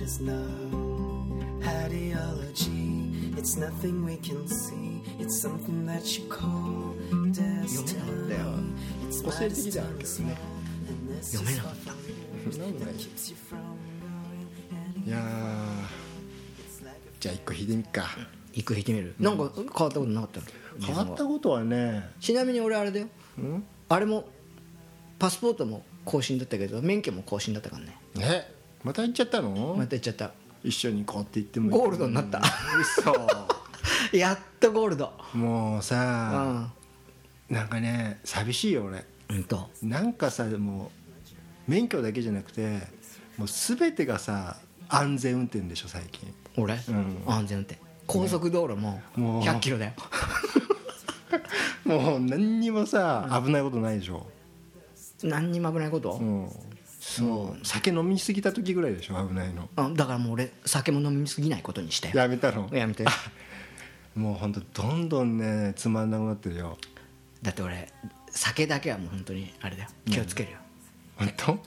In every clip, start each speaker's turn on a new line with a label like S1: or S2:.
S1: is no ideology. It's nothing we can see. It's something that you call
S2: 読めなかったよ
S1: destiny. It's
S2: 個
S1: my
S2: 性的で
S1: and this
S2: はあるけどね
S3: 読めなかっ
S2: そんなことないで
S1: keeps
S2: し
S1: you from knowing
S2: ょいやーじゃあ一個弾いてみっか
S3: 一個弾いてみるなんか変わったことなかったの
S2: 変わったことはね
S3: ちなみに俺あれだよあれもパスポートも更新だったけど免許も更新だったからね
S2: えまた行っちゃったの、
S3: また言っちゃった
S2: 一緒に行こうって言っても
S3: ゴールドになった
S2: 嘘
S3: やっとゴールド
S2: もう
S3: う
S2: さ、
S3: ん
S2: なんかね寂しいよ俺
S3: うんと
S2: なんかさもう免許だけじゃなくてもう全てがさ安全運転でしょ最近
S3: 俺、
S2: ん
S3: 安全運転高速道路も
S2: もう
S3: 100キロだよ
S2: もう何にもさ危ないことないでしょ、
S3: 何にも危ないこと、
S2: うん、
S3: そ
S2: 酒飲みすぎた時ぐらいでしょ危ないの
S3: う、あだからもう俺酒も飲みすぎないことにし て
S2: やめたの
S3: やめて
S2: もうほんとどんどんねつまんなくなってるよ
S3: だって俺酒だけはもう本当にあれだよ気をつけるよ、
S2: 本当、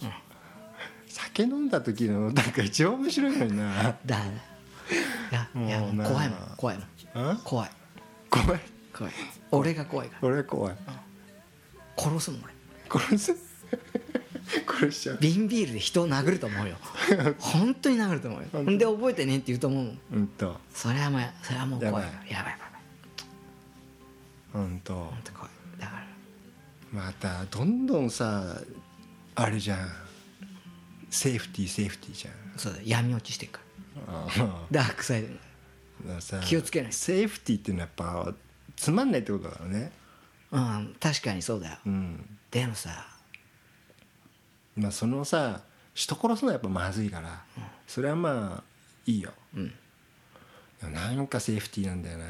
S2: 酒飲んだ時のなんか一番面白いのにな
S3: だからいやいや
S2: もうな
S3: 怖いもん怖いも
S2: うん
S3: ん怖い
S2: 怖い
S3: 怖い俺が怖いから
S2: 俺は怖い
S3: 殺すもん俺
S2: 殺す 殺しちゃう
S3: 瓶ビールで人を殴ると思 うよ本当に殴ると思うよんで覚えてねって言うと思うもん
S2: うんと
S3: それはもうそれはもう怖いから
S2: や
S3: や
S2: ば
S3: ばいやばいやばい
S2: うんと
S3: 本当怖いだから
S2: またどんどんさあれじゃんセーフティーセーフティーじゃん
S3: そうだよ闇落ちしてるから
S2: ああ
S3: ダークサイドに
S2: だからさ
S3: 気をつけないと
S2: セーフティーっていうのはやっぱつまんないってことだからね
S3: うん確かにそうだよ、
S2: うん
S3: でもさ
S2: まあそのさ人殺すのはやっぱまずいからそれはまあいいよ、
S3: うん
S2: でもなんかセーフティーなんだよな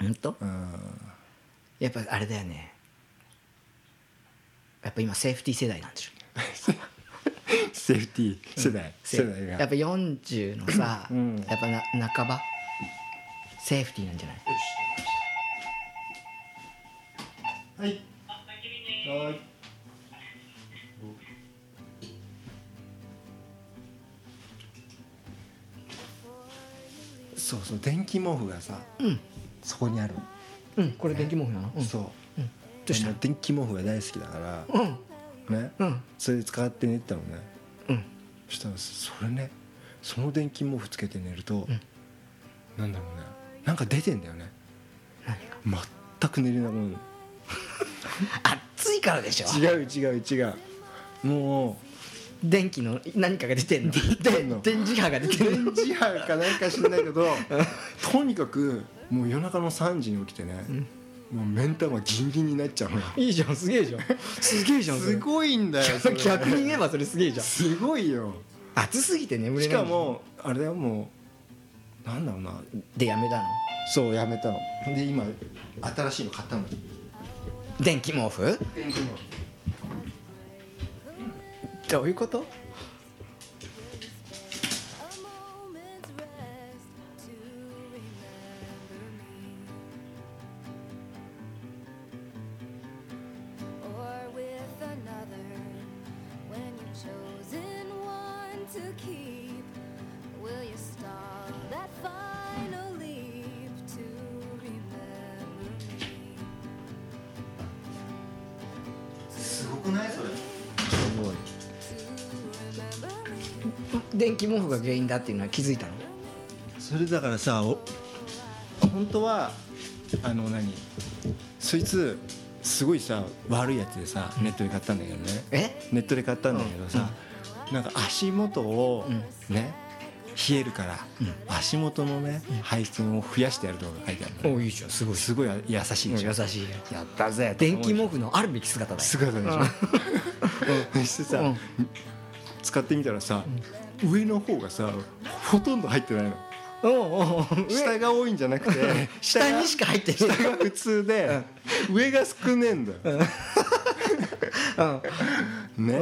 S3: 本当
S2: うん
S3: やっぱあれだよねやっぱ今セーフティー世代なんでしょ
S2: セーフティー世代、世代が
S3: やっぱ40のさ、
S2: ん
S3: やっぱな半ばセーフティーなんじゃない
S2: はいはいそうそう電気毛布がさ、そこにある、
S3: うんこれ電気毛布なの、うん、
S2: そう、
S3: どうした
S2: あの電気毛布が大好きだから、
S3: うん
S2: ね、
S3: うん
S2: それ使って寝てたのね
S3: うん
S2: そしたらそれねその電気毛布つけて寝ると、なんだろうねなんか出てんだよね
S3: 何が
S2: 全く寝れなくなる
S3: 暑いからでしょ
S2: 違う違う違うも
S3: 電気の何かが出てんの
S2: てんの
S3: で電磁波が出
S2: う
S3: てる
S2: 電磁波かなんか知んない けどとにかくもう夜中の3時に起きてね、もう目ん玉ギンギンになっちゃうのよ
S3: いいじゃんすげえじゃんすげえじゃんそれ
S2: すごいんだよそれ
S3: 逆に言えばそれすげえじゃん
S2: すごいよ
S3: 暑すぎて眠れない
S2: しかもあれだよもうなんだろうな
S3: でやめたの
S2: そうやめたので今新しいの買ったの
S3: 電気毛布どういうこと
S4: That final leap to remember me.
S2: すごくないそれすごい
S3: 電気毛布が原因だっていうのは気づいたの
S2: それだからさお本当はあの何そいつすごいさ悪いやつでさネットで買ったんだけどね
S3: え
S2: ネットで買ったんだけどさ、なんか足元をね、冷えるから、足元のね配線を増やしてやるとか書いてあるのね
S3: いいじゃんすごい
S2: すごい優しいでしょ
S3: 優しいよ
S2: やったぜ
S3: 電気毛布のあるべき姿だよ
S2: 姿でしょ、 そしてさ、
S3: うん
S2: 使ってみたらさ、上の方がさほとんど入ってないの
S3: おうおう
S2: 下が多いんじゃなくて
S3: 下
S2: が
S3: にしか入って
S2: 下
S3: ない
S2: が普通で、上が少ねえんだよ、ね、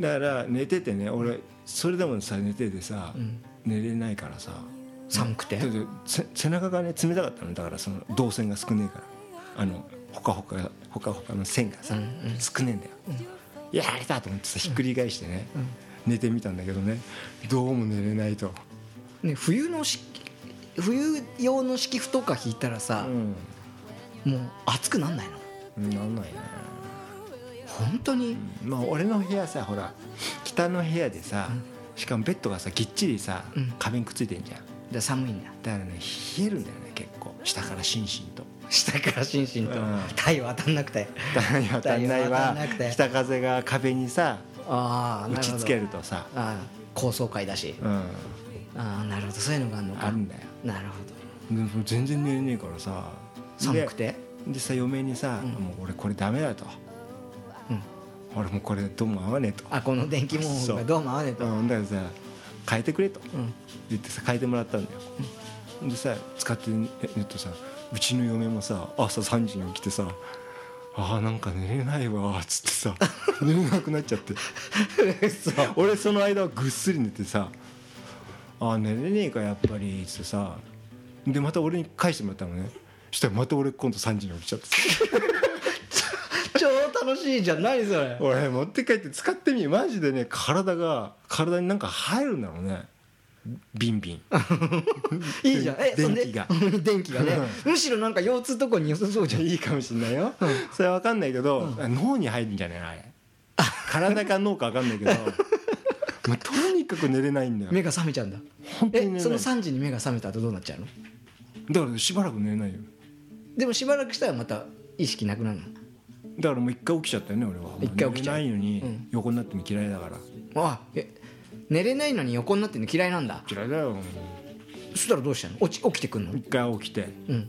S2: だから寝ててね俺それでもさ寝ててさ、寝れないからさ
S3: 寒くて
S2: だけどせ背中がね冷たかったのだからその動線が少ねえからあのほかほかほかほかの線がさ、少ねえんだよ、やられたと思ってさひっくり返してね、寝てみたんだけどねどうも寝れないと、
S3: ね冬のし冬用の敷布とか引いたらさ、もう暑くなんないの
S2: なんないね
S3: 本当に
S2: まあ俺の部屋さほら北の部屋でさ、しかもベッドがさぎっちりさ、
S3: うん
S2: 壁にくっついてんじゃん
S3: で寒いんだ
S2: だからね冷えるんだよね結構下からしんしん と
S3: 下から心身と
S2: うん
S3: 太陽当たんなくて
S2: 当たんない
S3: 当た
S2: わ
S3: んなくて
S2: 北風が壁にさ
S3: ああ
S2: 打ちつけるとさ、
S3: ああ高層階だし
S2: うん、
S3: ああなるほどそういうのがあるのか
S2: あるんだよ
S3: なるほ
S2: でも全然寝れねえからさ
S3: ど寒くて
S2: でさ嫁にさ、
S3: ん
S2: もう俺これダメだと、
S3: うん
S2: 俺もうこれどうも合わねえと、
S3: あこの電気毛布がどうも合わねえと
S2: うん、だからさ変えてくれと
S3: うん
S2: 言ってさ変えてもらったんだよ、でさ使ってねるとさうちの嫁もさ朝3時に起きてさあーなんか寝れないわーっつって さ寝れなくなっちゃって俺 その間はぐっすり寝てさあー寝れねえかやっぱりっつってさでまた俺に返してもらったのねそしたらまた俺今度3時に起きちゃってさ
S3: 超楽しいじゃん何それ
S2: 俺持って帰って使ってみマジでね体が体になんか入るんだろうねビンビン
S3: いいじゃんえそんで
S2: 電気が
S3: 電気がねむしろなんか腰痛とこに良さそうじゃん
S2: いいかもしんないよ、それは分かんないけど、脳に入るんじゃないあれ体か脳か分かん ないけどもうとにかく寝れないんだよ
S3: 目が覚めちゃうんだ
S2: 本当に寝
S3: え
S2: れ
S3: そ
S2: な
S3: の
S2: い
S3: 3時に目が覚めた後どうなっちゃうの
S2: だからしばらく寝れないよ
S3: でもしばらくしたらまた意識なくなる
S2: だからもう一回起きちゃったよね俺はもう
S3: 一回起きちゃう
S2: 寝れないのに、
S3: うん
S2: 横になっても嫌いだから
S3: のあえ寝れないのに横になってるの嫌いなんだ
S2: 嫌いだよ
S3: そしたらどうしたの落ち起きてくんの
S2: 一回起きて
S3: うん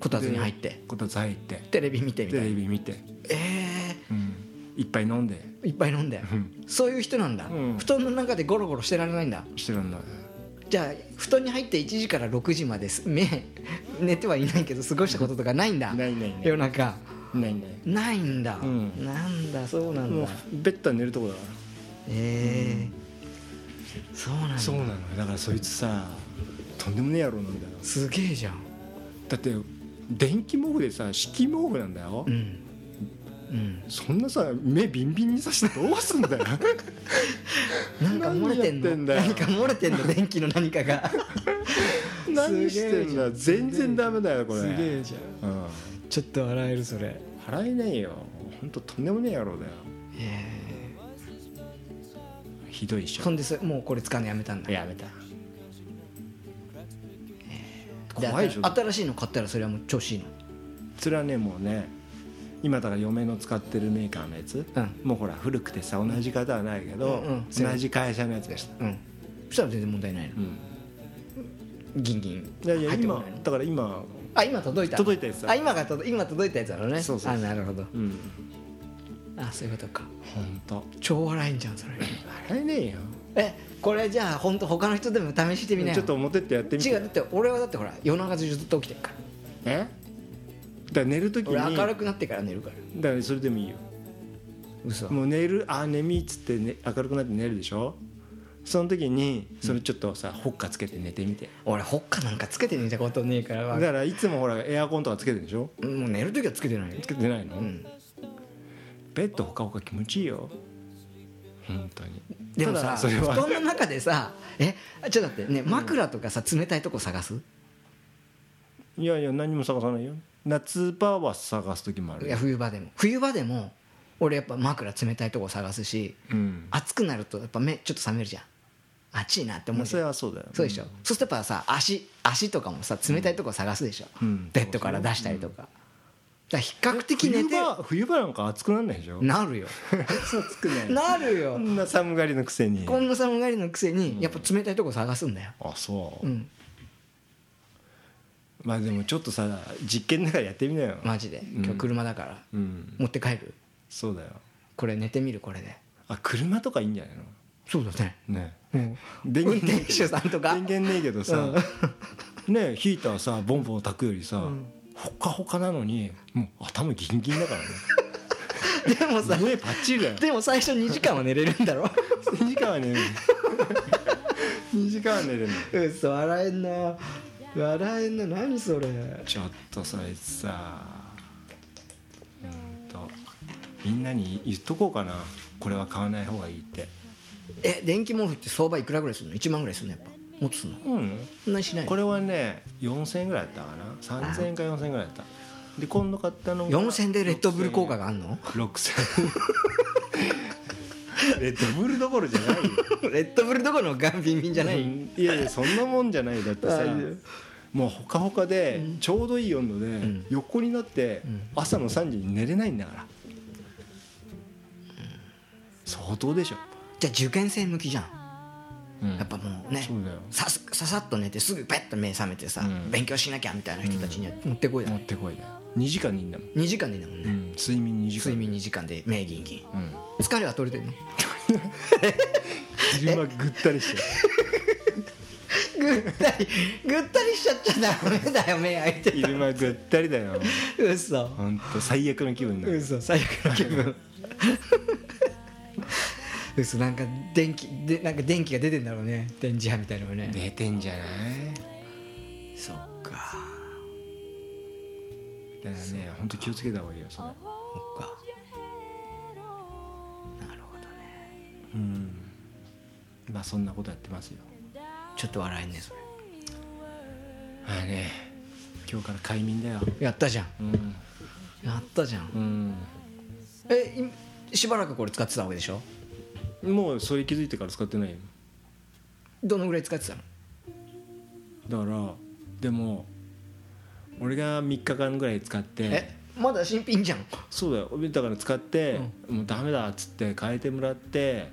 S3: こたつに入って
S2: でこたつ入って
S3: テレビ見てみた
S2: テ
S3: いな
S2: レビ見て、
S3: え
S2: うん、一杯飲んで
S3: ー、いっぱい飲んで
S2: ん
S3: そういう人なんだ、
S2: うん
S3: 布団の中でゴロゴロしてられないんだ
S2: してるんだ
S3: じゃあ布団に入って1時から6時まです目寝てはいないけど過ごしたこととかないんだ
S2: ないないない
S3: 夜中
S2: ないね
S3: ないんだ、
S2: ん
S3: なんだそうなん
S2: もう
S3: だ
S2: ベッドは寝るとこだか
S3: えーそうなんだ
S2: らそうなのよだからそいつさとんでもねえ野郎なんだよ
S3: すげえじゃん
S2: だって電気毛布でさ敷毛布なんだよ、
S3: うんうん
S2: そんなさ目ビンビンにさしてどうすんだよ
S3: なんか漏れてん
S2: 何
S3: の
S2: やって
S3: 何
S2: んだよ
S3: か漏れてんの電気の何かが
S2: 何してんだ全然ダメだ よこれ
S3: すげえじゃん
S2: うん、
S3: ちょっと笑えるそれ
S2: 払えないよ本当とんでもねえ野郎だよひどいっし
S3: そ
S2: ょ
S3: んでそもうこれ使うのやめたんだ
S2: やめた
S3: で
S2: 怖いでしょ
S3: 新しいの買ったらそれはもう調子いいの
S2: それはねもうね今だから嫁の使ってるメーカーのやつ、
S3: うん
S2: もうほら古くてさ同じ方はないけど、
S3: うんうん
S2: 同じ会社のやつでした、
S3: うんそしたら全然問題ないの
S2: うん、
S3: ギンギン
S2: いやいや
S3: 入ってこ
S2: 今
S3: ないの
S2: だから今
S3: あ今届いた
S2: 届いたやつだ
S3: あ今が届今届いたやつだろうね
S2: そうそうそう
S3: あなるほ
S2: う
S3: ど
S2: ん
S3: あそういうことか
S2: 本当
S3: 超笑えんじゃんそれ
S2: 払えねえよ
S3: えこれじゃあ本当他の人でも試してみなよ
S2: ちょっと表ってやってみて
S3: 違うだって俺はだってほら夜中ずっと起きてるから
S2: えだから寝る時に
S3: 俺明る
S2: だか
S3: くなってから寝るから
S2: らそれでもいいよ
S3: 嘘
S2: もう寝るあー眠いっつって、ね、明るくなって寝るでしょその時にそれちょっとさ、ほっかつけて寝てみて
S3: 俺ほっかなんかつけて寝たことねえからわ
S2: だからいつもほらエアコンとかつけてるでしょ
S3: もう寝る時はつけてないよ
S2: つけてないの、
S3: うん
S2: ベッドほかほか気持ちいいよ本当に
S3: でも
S2: た
S3: さ
S2: だそれ
S3: 布
S2: は
S3: 団の中でさえちょっと待ってね枕とかさ冷たいとこ探す
S2: いやいや何も探さないよ夏場は探す時もある
S3: いや冬場でも冬場でも俺やっぱ枕冷たいとこ探すし
S2: うん
S3: 暑くなるとやっぱ目ちょっと冷めるじゃん暑いなって思
S2: ま
S3: う
S2: あ
S3: じ
S2: そ
S3: ゃ
S2: れ
S3: ん
S2: はそうだよ
S3: そうでしょ、そうするとやっぱさ足足とかもさ冷たいとこ探すでしょ、
S2: うん
S3: ベッドから出したりとか、だから比較的寝
S2: 冬
S3: て
S2: 場冬場なんか暑くなんないでしょ
S3: なるよ
S2: 暑くない
S3: なる
S2: こ
S3: よ
S2: んな寒がりのくせに
S3: こんな寒がりのくせにやっぱ冷たいとこ探すんだよ
S2: あそう、
S3: うん
S2: まあでもちょっとさ実験だからやってみなよ
S3: マジで
S2: ん
S3: 今日車だから、
S2: うん
S3: 持って帰る
S2: そうだよ
S3: これ寝てみるこれで
S2: あ車とかいいんじゃない
S3: そうだね
S2: のね
S3: うん
S2: 電
S3: 運
S2: 源
S3: 転手さんとか
S2: 電源ねえけどさ、ねヒーターさボンボン炊くよりさ、ほかほかなのにもう頭ギンギンだからね
S3: でも さ
S2: 目パッチリだよ
S3: でも最初2時間は寝れるんだろ
S2: 2時間は寝 る2時間は寝れるの
S3: 嘘笑えんな笑えんな何それ
S2: ちょっとそれさうんとみんなに言っとこうかなこれは買わない方がいいって
S3: え電気毛布って相場いくらぐらいするの1万ぐらいするのやっぱもっとするの
S2: うん
S3: そんなにしない
S2: これはね4000円ぐらいだったかな3000円か4000円ぐらいだったで今度買ったのが
S3: 4000でレッドブル効果
S2: が
S3: があんの
S2: 6000円レッドブルどころじゃないよ
S3: レッドブルどころのガンビンビンじゃない、
S2: うんいやいやそんなもんじゃないだってさ
S3: ああ
S2: もうほかほかでちょうどいい温度で
S3: ん
S2: 横になって朝の3時に寝れないんだから相当でしょ
S3: じゃあ受験生向きじゃんやっぱもうね
S2: そうだよ
S3: さすささっと寝てすぐペッと目覚めてさ、
S2: うん
S3: 勉強しなきゃみたいな人たちには持ってこいだ、
S2: 持ってこいだよ2時間にいんだもん
S3: 2時間でいいんだもんね、
S2: うん睡眠2時間
S3: 睡眠2時間で目ギンギン
S2: うん
S3: 疲れは取れてんの
S2: 昼間ぐったりして
S3: ぐったりぐったりしちゃっちゃダメだよ目開いて
S2: 昼間ぐったりだよ
S3: 嘘
S2: 本当最悪の気分になる
S3: 嘘最悪の気分嘘なんか電気でなんか電気が出てんだろうね電磁波みたいなのがね
S2: 出てんじゃない
S3: そっか
S2: だからね本当気をつけた方がいいよそれ
S3: そっかなるほどね
S2: うんまあそんなことやってますよ
S3: ちょっと笑えんねそれ
S2: ああね今日から快眠だよ
S3: やったじゃん
S2: うん
S3: やったじゃん
S2: う
S3: えいしばらくこれ使ってたわけでしょ
S2: んもうそれ気づいてから使ってないよ
S3: どのぐらい使ってたの
S2: だからでも俺が3日間ぐらい使って
S3: えまだ新品じゃん
S2: そうだよだから使って、もうダメだっつって変えてもらって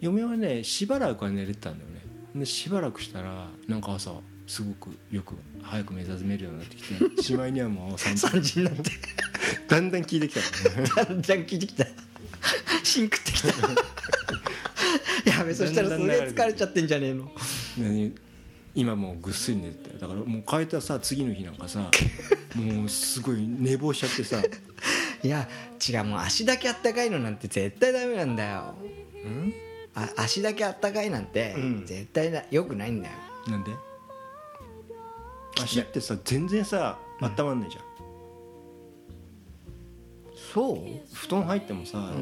S2: 嫁はねしばらくは寝れてたんだよねでしばらくしたらなんか朝すごくよく早く目覚めるようになってき てしまいにはもう3時
S3: 3時になって
S2: だんだん効いてきたからね
S3: だんだん聞いてきたシンクってき たやべそしたらすげえ疲れちゃってんじゃねえの
S2: で今もうぐっすり寝てたよだからもう変えたさ次の日なんか さもうすごい寝坊しちゃってさ
S3: いや違うもう足だけあったかいのなんて絶対ダメなんだよ
S2: うん
S3: あ足だけあったかいなんて
S2: うん
S3: 絶対な、良くないんだよ
S2: なんで足ってさ全然さ温まんないじゃん、
S3: そう
S2: 布団入ってもさ、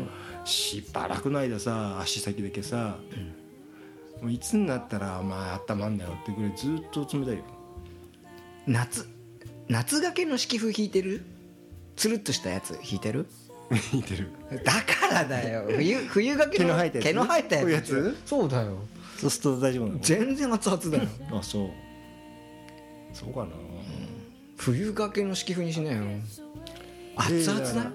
S2: しばらくの間さ足先だけさ、もういつになったらまあ温まんだよってぐらいずっと冷たいよ
S3: 夏夏がけの式風弾いてるつるっとしたやつ弾いてる
S2: 見てる
S3: だからだよ冬冬がけの
S2: 毛の生えたやつ
S3: 毛の生えたやつ
S2: こういうやつ
S3: そうだよ
S2: そうすると大丈夫なの
S3: 全然熱々だよ
S2: あそうそうかな、
S3: 冬がけの式風にしなよ熱々だよ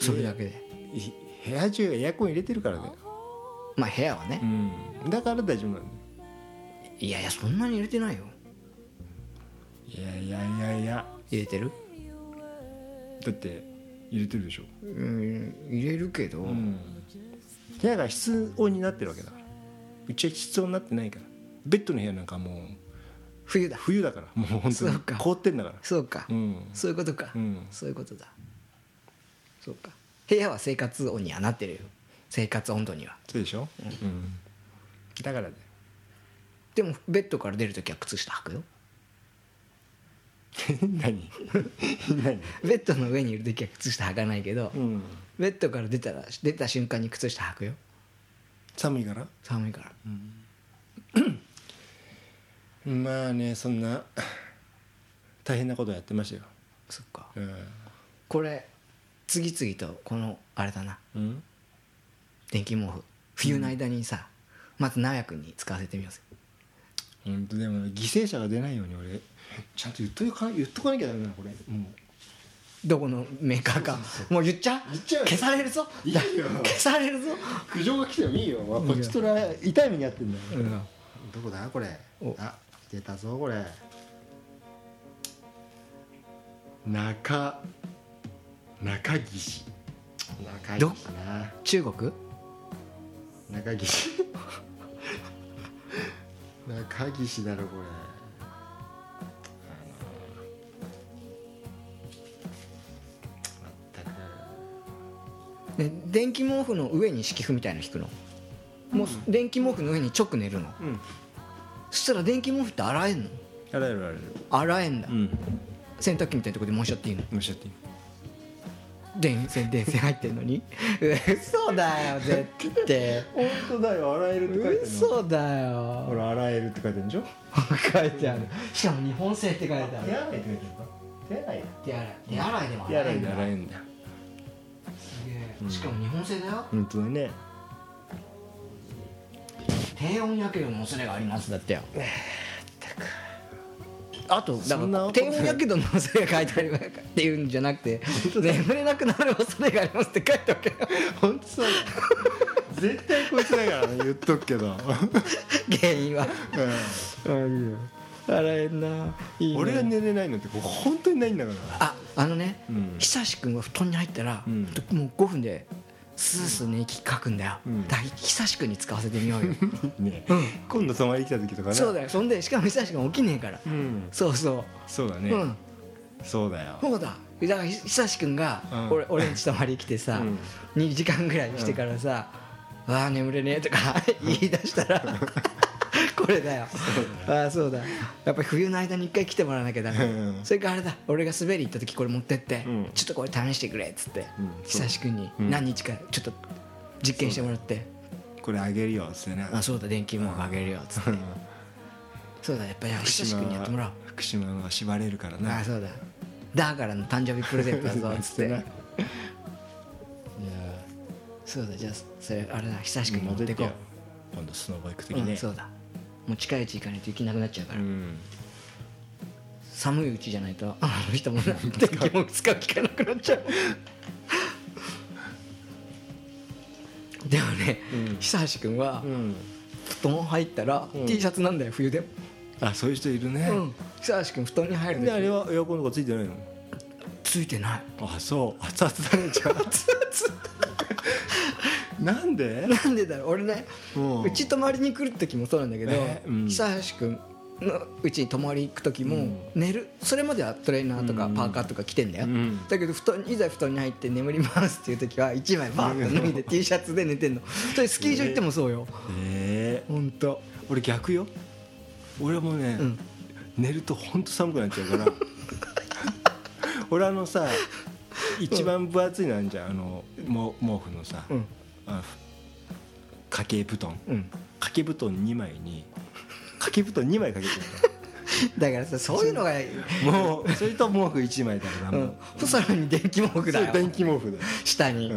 S3: それだけで
S2: い部屋中エアコン入れてるからだよ、
S3: まあ部屋はね
S2: うん、だから大丈夫なんだよ
S3: いやいやそんなに入れてないよ
S2: いやいやいやいや
S3: 入れてる
S2: だって入れてるでしょ、
S3: うん入れるけど、
S2: うん、部屋が室温になってるわけだからうちは室温になってないからベッドの部屋なんかもう
S3: 冬だ
S2: 冬だからもう本当
S3: そ
S2: に
S3: うか
S2: 凍ってんだから
S3: そうか、
S2: うん
S3: そういうことか、
S2: うん
S3: そういうことだそうか部屋は生活温にはなってるよ生活温度には
S2: そうでしょ、うん、だからだよ
S3: でもベッドから出るときは靴下履くよ
S2: 何何
S3: ベッドの上にいるときは靴下履かないけど、
S2: うん
S3: ベッドから出たら出た瞬間に靴下履くよ
S2: 寒いから
S3: 寒いから
S2: まあねそんな大変なことやってましたよ
S3: そっか
S2: うん、
S3: これ次々とこのあれだな
S2: うん、
S3: 電気毛布冬の間にさ、まず直哉君に使わせてみようぜ
S2: 本当でも犠牲者が出ないように俺ちゃんと言っとか言っとかなきゃダメだなこれも
S3: どこのメーカーかもう言っちゃう
S2: 言っちゃうよ
S3: 消されるぞ
S2: いいよ
S3: 消されるぞ
S2: う苦情が来てもいいよ、まあ、こっちとら痛い目にあってんだよ、どこだこれ
S3: お
S2: あ出たぞこれ中中岸中
S3: ど
S2: 岸な
S3: 中国
S2: 中岸 中岸だろこれあのま
S3: ね電気毛布の上に敷布みたいなの引くのもう電気毛布の上に直寝るの、
S2: ん
S3: そしたら電気毛布って洗えんの
S2: ったくあらゆるあらゆる
S3: 洗えんだ、
S2: うん
S3: 洗濯機みたいなとこでもうしちゃっていいの
S2: おっしゃっていい
S3: 電線電線入ってんのに 嘘だよ絶対
S2: 本当だよ洗えるって書いてあるの
S3: 嘘だよ
S2: ほら洗えるって書いてあるでしょ
S3: 書いてあるしかも日本製って書いてある
S2: 洗いって書いてあるの手洗い
S3: 手洗い手洗いでも
S2: 手洗い
S3: ん
S2: で
S3: だ
S2: 洗えんだよ
S3: すげえしかも日本製だよ
S2: 本当だね
S3: 低温やけどの恐れがありますだってよあとだか
S2: そんな
S3: ら
S2: こと
S3: 低温や けどの恐れが書いてあるっていうんじゃなく て眠れなくなる恐れがありますって書いてあるわけよ
S2: 本当そうだよ絶対こいつだからね言っとくけど、
S3: 原因は
S2: う
S3: 洗えんないい
S2: ん、
S3: ね
S2: 俺が寝れないのってこう本当にないんだから
S3: ああのね、
S2: うん
S3: 久志君は布団に入ったら、
S2: うん
S3: もう5分でスースーに息かくんだよ、
S2: うん
S3: だから久志君に使わせてみよう よ
S2: ね、今度泊まり来た時とかね
S3: そうだよそんでしかも久志君起きねえから、
S2: うん
S3: そうそ
S2: そうだ
S3: う、
S2: ね、
S3: うん
S2: そうだよ
S3: そうだだから久志君が
S2: うん
S3: 俺,、俺んち泊まり来てさ、
S2: うん
S3: 2時間ぐらいしてからさ「ああ眠れねえ」とか言い出 したらこれだよああそうだやっぱり冬の間に1回来てもらわなきゃダメ
S2: うん
S3: それからあれだ俺が滑り行った時これ持ってって、
S2: うん
S3: ちょっとこれ試してくれっつって、
S2: うんそう
S3: 久志君に
S2: うん
S3: 何日かちょっと実験してもらって
S2: これあげるよっつってね
S3: 「あそうだ電気毛布あげるよ」っつって、そうだやっぱり久志君にやってもらおう
S2: 福島は縛れるから
S3: あ
S2: な
S3: あそうだだからの誕生日プレゼントだぞっつってい
S2: な
S3: や そうだじゃあそれあれだ久しく持ってこ
S2: 今度スノーバイク
S3: う、
S2: 的ね、
S3: うんそうだもう近いうち行かないと行けなくなっちゃうから、
S2: うん
S3: 寒いうちじゃないとあの人もな 電気も使う機会なくなっちゃう でもね、
S2: うん
S3: 久しくんは
S2: うん
S3: 布団入ったら、
S2: うん
S3: T シャツなんだよ冬でも、
S2: あそういう人いるね、
S3: うん、久しくん布団に入る
S2: であれ
S3: 時
S2: はエアコンとかついてないの
S3: ついてない
S2: あそう熱々だねじゃあ熱 々なんで
S3: なんでだろう俺ね、う
S2: うん
S3: ち泊まりに来る時もそうなんだけど、
S2: ねうん
S3: 久しくんのうちに泊まり行く時も
S2: うん
S3: 寝る、それまではトレーナーとか
S2: うん
S3: パーカーとか着てんだよ、
S2: うん
S3: だけど布団いざ布団に入って眠りますっていう時は1枚バーッと 脱いで T シャツで寝てんのそれスキー場行ってもそうよ
S2: ええ
S3: ほんと
S2: 俺逆よ俺もね、
S3: うん
S2: 寝るとほんと寒くなっちゃう から俺あのさ一番分厚いのあんじゃんあのも毛布のさ、
S3: うん
S2: あふ掛け布団
S3: うん
S2: 掛け布団2枚に掛け布団2枚かけて
S3: だからさそういうのが、
S2: るもうそれと毛布1枚だから
S3: う
S2: も
S3: ん
S2: う、
S3: さらに電気毛布
S2: そ
S3: だ
S2: れ
S3: よ
S2: 電気毛布だよ、
S3: 下に、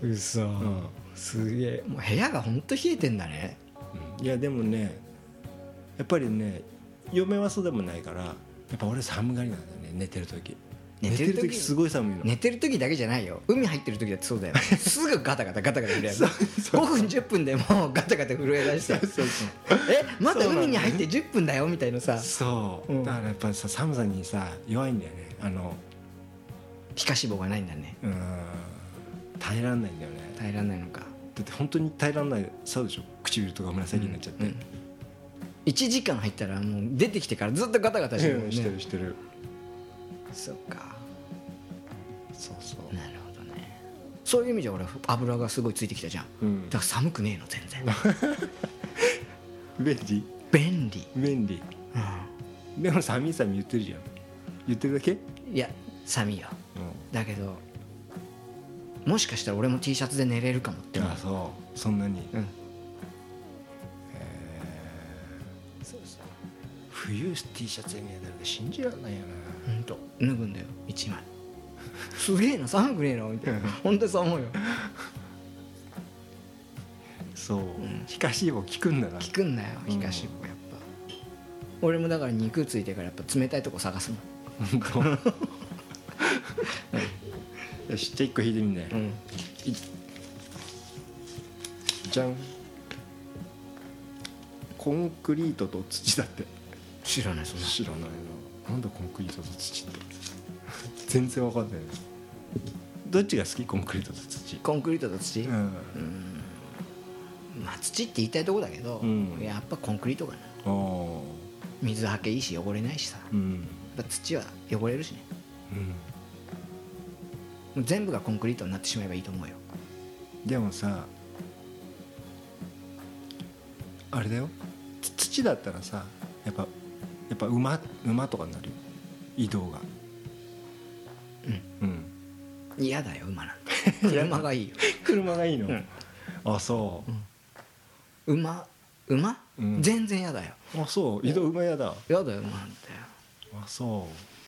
S2: うん
S3: うそ、
S2: うん
S3: すげえもう部屋がほんと冷えてんだね
S2: うんいやでもねやっぱりね嫁はそうでもないからやっぱ俺寒がりなんだよね寝てる時
S3: 寝
S2: 寝
S3: て
S2: て
S3: る時
S2: る時すごい寒いの、
S3: 寝てる時だけじゃないよ海入ってる時だってそう だよすぐガタガタガタガタ震える
S2: そうそう
S3: 5分10分でもうガタガタ震え出して
S2: そうそう
S3: えまだ
S2: そうなの
S3: 海に入って10分だよみたいなさ
S2: そう、
S3: うん
S2: だからやっぱさ寒さにさ弱いんだよねあの
S3: 皮下脂肪がないんだね
S2: うん耐えらんないんだよねだ
S3: 耐えられないのか
S2: って本当に耐えらんないそうでしょ唇とか紫になっちゃって、
S3: うん1時間入ったらもう出てきてからずっとガタガタしてるもん
S2: して
S3: ね
S2: るしてる
S3: そっか
S2: そうそう
S3: なるほどねそういう意味じゃ俺油がすごいついてきたじゃん、
S2: うん
S3: だから寒くねえの全 然
S2: 便利
S3: 便利、
S2: 便利でも寒い寒い言ってるじゃん言ってるだけ、うん、
S3: いや寒いよだけどもしかしたら俺も T シャツで寝れるかもって思う
S2: あそうそんなに、
S3: うん
S2: 冬 T シャツに寝たら死んじゃうないよ
S3: ほんと脱ぐんだよ1枚すげえな寒くねえなみ たいな本当にそう思うよ
S2: なそう、皮下脂肪効くんだな
S3: 聞くんなよ
S2: うん
S3: 東もやっぱ、俺もだから肉ついてからやっぱ冷たいとこ探すもん
S2: 本当よしじゃあ1個引いてみんね、
S3: うん
S2: じゃんコンクリートと土だって
S3: 知らないそんな
S2: 知らないななんだコンクリートと土って全然わかんないなどっちが好きコンクリートと土
S3: コンクリートと土、
S2: うん、
S3: まあ土って言いたいとこだけど、
S2: うん
S3: やっぱコンクリートかな
S2: ああ
S3: 水はけいいし汚れないしさ
S2: う
S3: や
S2: ん
S3: っぱ土は汚れるしね
S2: うん
S3: もう全部がコンクリートになってしまえばいいと思うよ
S2: でもさあれだよつ土だったらさやっぱやっぱ馬馬とかになるよ移動が
S3: うん
S2: うん
S3: 嫌だよ馬なんて車がいいよ
S2: 車がいいの、
S3: うん
S2: あそ
S3: 馬馬、
S2: うん
S3: 全然嫌だよ
S2: うあそう移動馬屋だ
S3: 嫌だよ馬なんて
S2: あそう